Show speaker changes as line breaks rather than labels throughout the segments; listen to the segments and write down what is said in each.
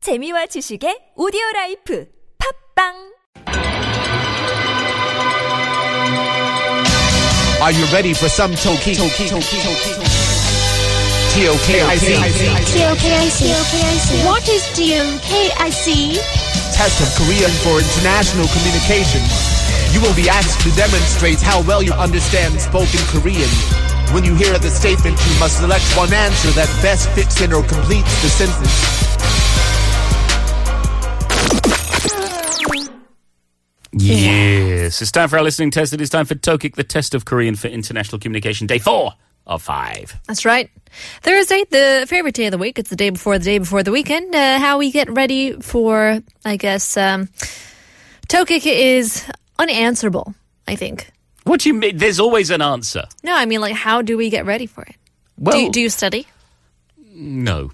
재미와 지식의 오디오 라이프 팝빵
Are you ready for some Toki? Toki, Toki, Toki, TOKIC
TOKIC. What is TOKIC?
Test of Korean for International Communication. You will be asked to demonstrate how well you understand spoken Korean. When you hear the statement, you must select one answer that best fits in or completes the sentence.
Yes. It's time for our listening test. It is time for Tokik, the test of Korean for international communication, day four of five.
That's right. Thursday, the favorite day of the week. It's the day before the day before the weekend. Uh, how we get ready for, I guess, um, Tokik is unanswerable, I think.
What do you mean? There's always an answer.
No, I mean, like, how do we get ready for it?
Well,
do, you- do you study?
no.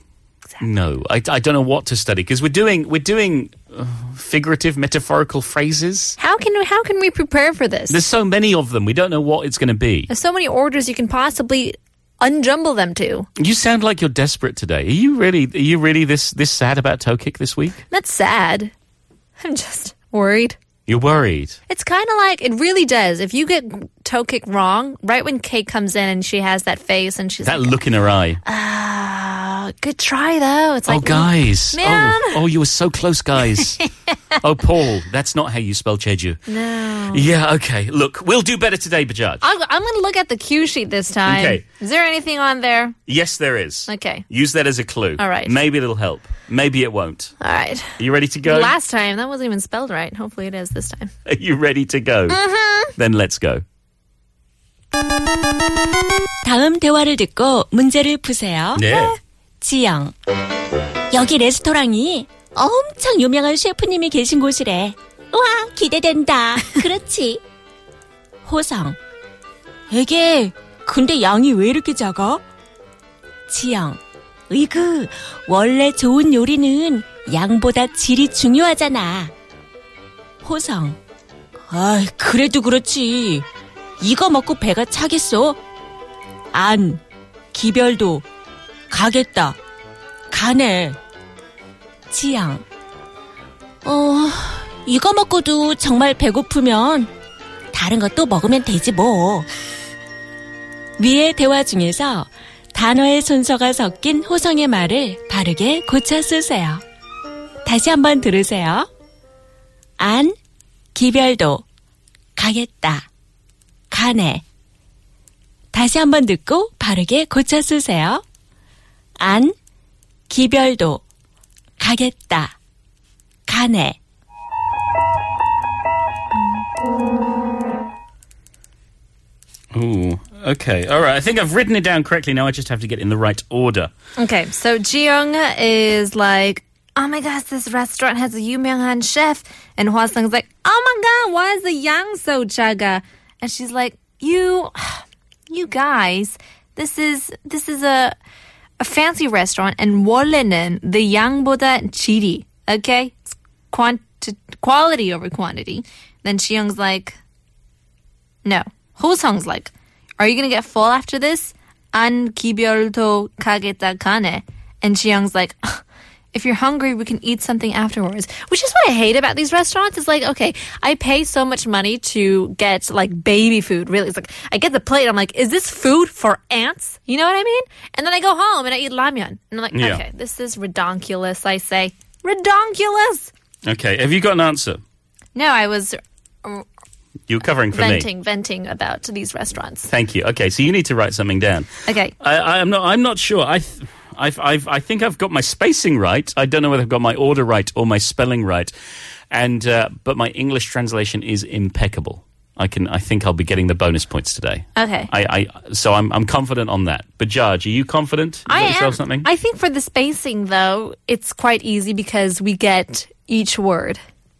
No, I, I don't know what to study because we're doing we're doing uh, figurative metaphorical phrases.
How can, how can we prepare for this?
There's so many of them. We don't know what it's going to be.
There's so many orders you can possibly unjumble them to.
You sound like you're desperate today. Are you really are you really this this sad about Tokik this week?
That's sad. I'm just worried.
You're worried.
It's kind of like it really does. If you get toe kick wrong, right when Kate comes in and she has that face and she's
That
like,
look in her eye.
"Uh, good try though. It's
Oh,
like,
guys.
man.
Oh, oh, you were so close, guys. oh, Paul, that's not how you spell Jeju.
No.
Yeah, okay. Look, we'll do better today, Bajaj.
I'm, I'm going to look at the cue sheet this time.
Okay.
Is there anything on there?
yes, there is.
Okay.
Use that as a clue.
All right.
Maybe it'll help. Maybe it won't.
All right.
Are you ready to go?
Last time, that wasn't even spelled right. Hopefully it is this time.
Are you ready to go?
Mm-hmm.
Then let's go.
다음 대화를 듣고 문제를 푸세요.
네.
지영. 여기 레스토랑이 엄청 유명한 셰프님이 계신 곳이래. 와, 기대된다. 그렇지. 호성. 에게, 근데 양이 왜 이렇게 작아? 지영. 으이그, 원래 좋은 요리는 양보다 질이 중요하잖아. 호성. 아, 그래도 그렇지. 이거 먹고 배가 차겠어? 안, 기별도, 가겠다, 가네. 지양. 어, 이거 먹고도 정말 배고프면 다른 것도 먹으면 되지 뭐. 위의 대화 중에서 단어의 순서가 섞인 호성의 말을 바르게 고쳐 쓰세요. 다시 한번 들으세요. 안, 기별도, 가겠다, 가네. 다시 한번 듣고 바르게 고쳐 쓰세요. 안, 기별도, 가겠다, 가네.
Ooh. Okay. All right. I think I've written it down correctly. Now I just have to get in the right order.
Okay. So Jiyoung is like, oh my gosh, this restaurant has a Yumeonghan chef. And Hwasung's like, oh my god, why is the yang so jaga? And she's like, you, you guys, this is, this is a, a fancy restaurant and 원래는 the 양보다 질이 okay it's quanti- quality over quantity then Young's like no Hosung's like are you gonna get full after this 안 기별도 가겠다 가네 and Young's like if you're hungry we can eat something afterwards which is what I hate about these restaurants is like okay I pay so much money to get like baby food really it's like I get the plate I'm like is this food for ants you know what I mean and then I go home and I eat ramyeon and I'm like
Yeah.
okay this is redonkulous, I say. Redonkulous!
Okay. Have you got an answer?
No, I was
You're covering for me.
venting, venting about these restaurants.
Thank you. Okay. So you need to write something down.
Okay.
I, I'm not. I'm not sure. I, th- I've, I've, I think I've got my spacing right. I don't know whether I've got my order right or my spelling right, and uh, but my English translation is impeccable. I can. I think I'll be getting the bonus points today.
Okay.
I. I so I'm. I'm confident on that. But Judge, are you confident? You got
I am.
yourself something.
I think for the spacing, though, it's quite easy because we get each word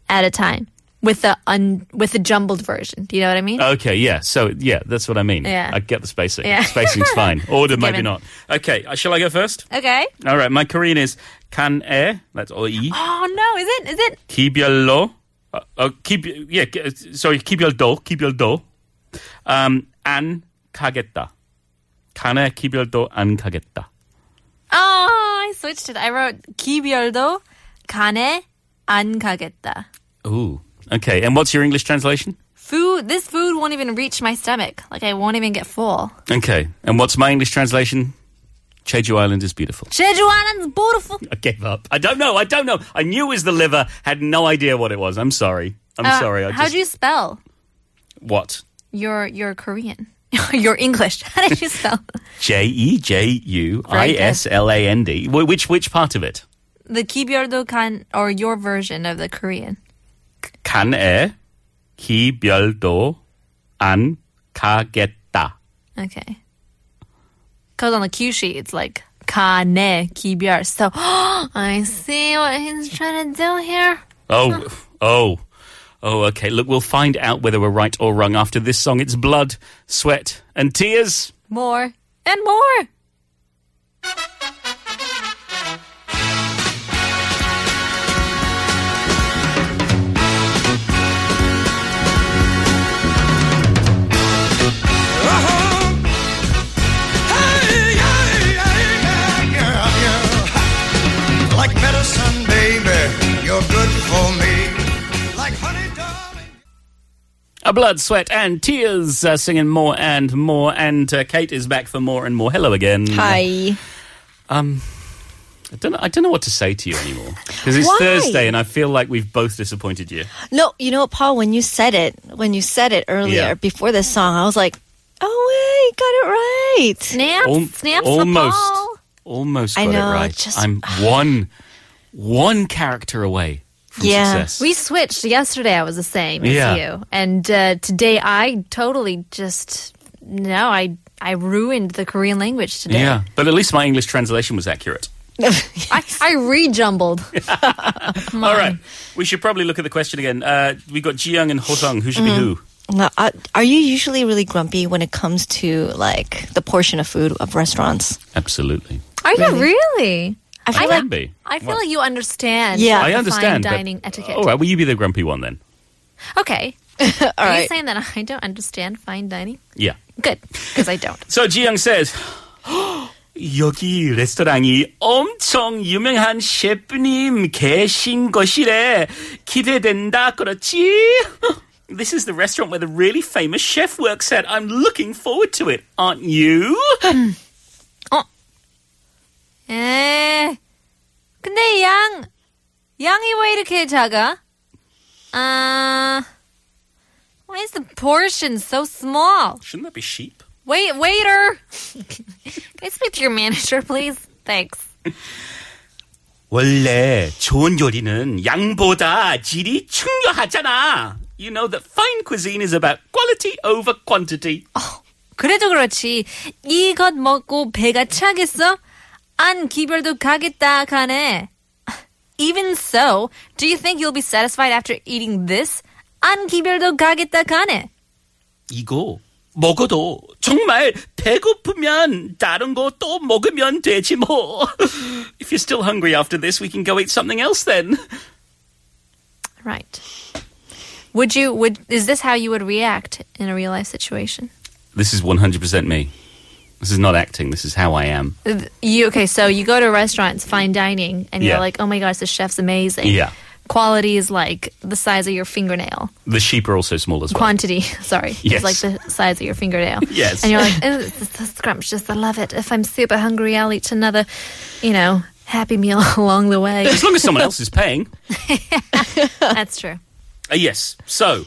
at a time with the un with the jumbled version. Do you know what I mean?
Okay, yeah. So, yeah, that's what I mean.
Yeah.
I get the spacing.
Yeah.
Spacing's fine. Order,
given.
maybe not. Okay, uh, shall I go first?
okay.
All right, my Korean is kan e. That's o e.
Oh no! Is it? Is it?
Kibyalo. Uh, uh, keep, yeah, ki- uh, sorry, Kibyaldo. Kibyaldo. Um, 안 가겠다. 간에 기별도 안 가겠다.
Oh, I switched it. I wrote 기별도 간에 안 가겠다.
Ooh. Okay. And what's your English translation?
Food, this food won't even reach my stomach. Like I won't even get full.
Okay. And what's my English translation? Jeju Island is beautiful.
제주 Island's beautiful.
I gave up. I don't know. I don't know. I knew it was the liver. Had no idea what it was. I'm sorry. I'm
Uh,
sorry. I
How
just
do you spell
what
your your Korean? your English. How did you spell
J E J U I S L A N D. Wh- Which which part of it?
the Kibyardo kan or your version of the Korean?
Kan e ki do an kagetta.
Okay. Because on the cue sheet, it's like kane kibyar. So I see what he's trying to do here.
Oh, oh, oh, okay. Look, we'll find out whether we're right or wrong after this song. It's blood, sweat, and tears.
More and more.
Like medicine, baby, you're good for me. Like honey, darling.
Uh, blood, sweat, and tears. Uh, singing more and more. And uh, Kate is back for more and more. Hello again. Um,
Hi.
I don't know, I don't know what to say to you anymore because it's
Why?
Thursday and I feel like we've both disappointed you.
No, you know, Paul, when you said it, when you said it earlier
Yeah.
before this song, I was like, oh, wait, got it right.
Snaps,
Al-
snaps
almost,
the ball.
almost
I
got
know,
it
it
right.
just-
I'm one, one character away from
Yeah.
success.
We switched yesterday. I was the same
Yeah.
as you, and uh, today I totally just no. I I ruined the Korean language today.
yeah, but at least my English translation was accurate.
I, I rejumbled.
All right, we should probably look at the question again. Uh, we got Jiyoung and Hosung. Who should be who?
Now, I- are you usually really grumpy when it comes to like the portion of food of restaurants?
Absolutely.
Are you really?
I feel like
Can be.
I feel
What?
like you understand.
Yeah.
the
I
fine
understand. but- oh,
dining etiquette.
All right, will you be the grumpy one then?
Okay. Are you
right.
saying that I don't understand fine dining?
Yeah.
Good, because I don't.
So Jiyoung says, 여기 레스토랑이 엄청 유명한 셰프님 계신 곳이래. 기대된다, 그렇지? This is the restaurant where the really famous chef works at. I'm looking forward to it, aren't you?
에, Eh. 근데 양 양이 왜 이렇게 작아? 아, why is the portion so small?
Shouldn't that be sheep?
Wait, waiter. Can I speak to your manager, please? Thanks.
원래 좋은 요리는 양보다 질이 중요하잖아. You know that fine cuisine is about quality over quantity.
그래도 그렇지. 이것 먹고 배가 차겠어? 안 기별도 가겠다 가네. Even so, do you think you'll be satisfied after eating this? 안 기별도 가겠다 가네.
이거 먹어도 정말 배고프면 다른 거 또 먹으면 되지 뭐. If you're still hungry after this, we can go eat something else then.
Right. Would you would is this how you would react in a real life situation?
This is 100% me. This is not acting. This is how I am.
You okay, so you go to a restaurant, it's fine dining, and
Yeah.
you're like, Oh my gosh, the chef's amazing.
Yeah.
Quality is like the size of your fingernail.
The sheep are also small as well.
quantity. Sorry, it's
Yes.
like the size of your fingernail.
Yes.
and you're like, oh, this is so scrumptious. I love it. If I'm super hungry, I'll eat another, you know, happy meal along the way.
as long as someone else is paying.
That's true.
Uh, yes. So,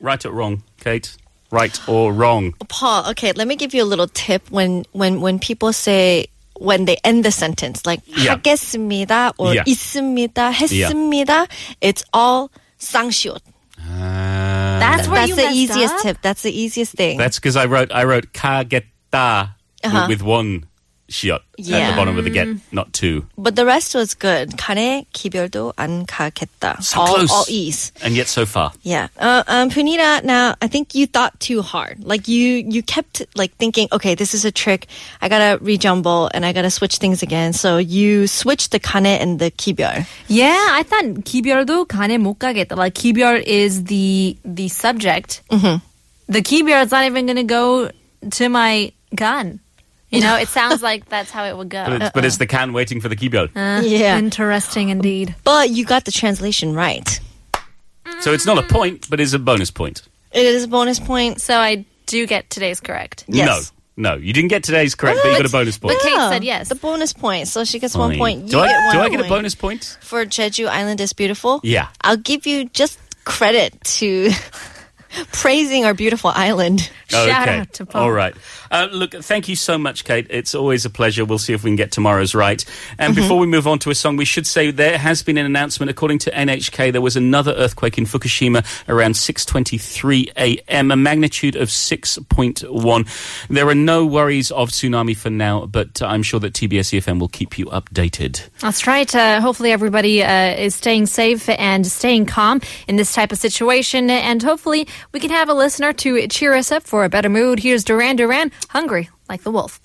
right or wrong, Kate? Right or wrong?
Paul, okay, let me give you a little tip when when when people say when they end the sentence like
Yeah.
하겠습니다 or
Yeah.
있습니다, 했습니다, it's all 쌍시옷.
That's where
That's
you
the
messed
easiest
up?
tip. That's the easiest thing.
That's because I wrote I wrote kagetta with, with one shot at the
Yeah.
bottom of the get, not two.
but the rest was good. 간에 기별도 안 가겠다.
So
all,
close.
all ease.
And yet so far.
Yeah. Uh, um, Punita, now I think you thought too hard. Like you, you kept like thinking, okay, this is a trick. I gotta rejumble and I gotta switch things again. So you switched the kane and the kibyar.
Yeah, I thought 기별도 간에 못 가겠다. Like 기별 is the the subject. Mm-hmm. The 기별 is not even going to go to my gun. You know, it sounds like that's how it would go.
But it's, but it's the can waiting for the kibel.
yeah.
Interesting indeed.
but you got the translation right.
so it's not a point, but it's a bonus point.
It is a bonus point.
So I do get today's correct.
Yes.
No, no, you didn't get today's correct, but you got a bonus point.
But Kate
Yeah,
said yes.
The bonus point. So she gets one
Fine.
point. You
Do I
get one
do I get a
point.
bonus point?
for Jeju Island is beautiful?
Yeah.
I'll give you just credit to praising our beautiful island.
Shout out to Paul.
All right. Uh, look, thank you so much, Kate. It's always a pleasure. We'll see if we can get tomorrow's right. And before we move on to a song, we should say there has been an announcement. According to NHK, there was another earthquake in Fukushima around 6:23 a.m., a magnitude of 6.1. There are no worries of tsunami for now, but I'm sure that TBS EFM E will keep you updated.
That's right. Uh, hopefully, everybody uh, is staying safe and staying calm in this type of situation. And hopefully, we can have a listener to cheer us up for a better mood. Here's Duran Duran, hungry like the wolf.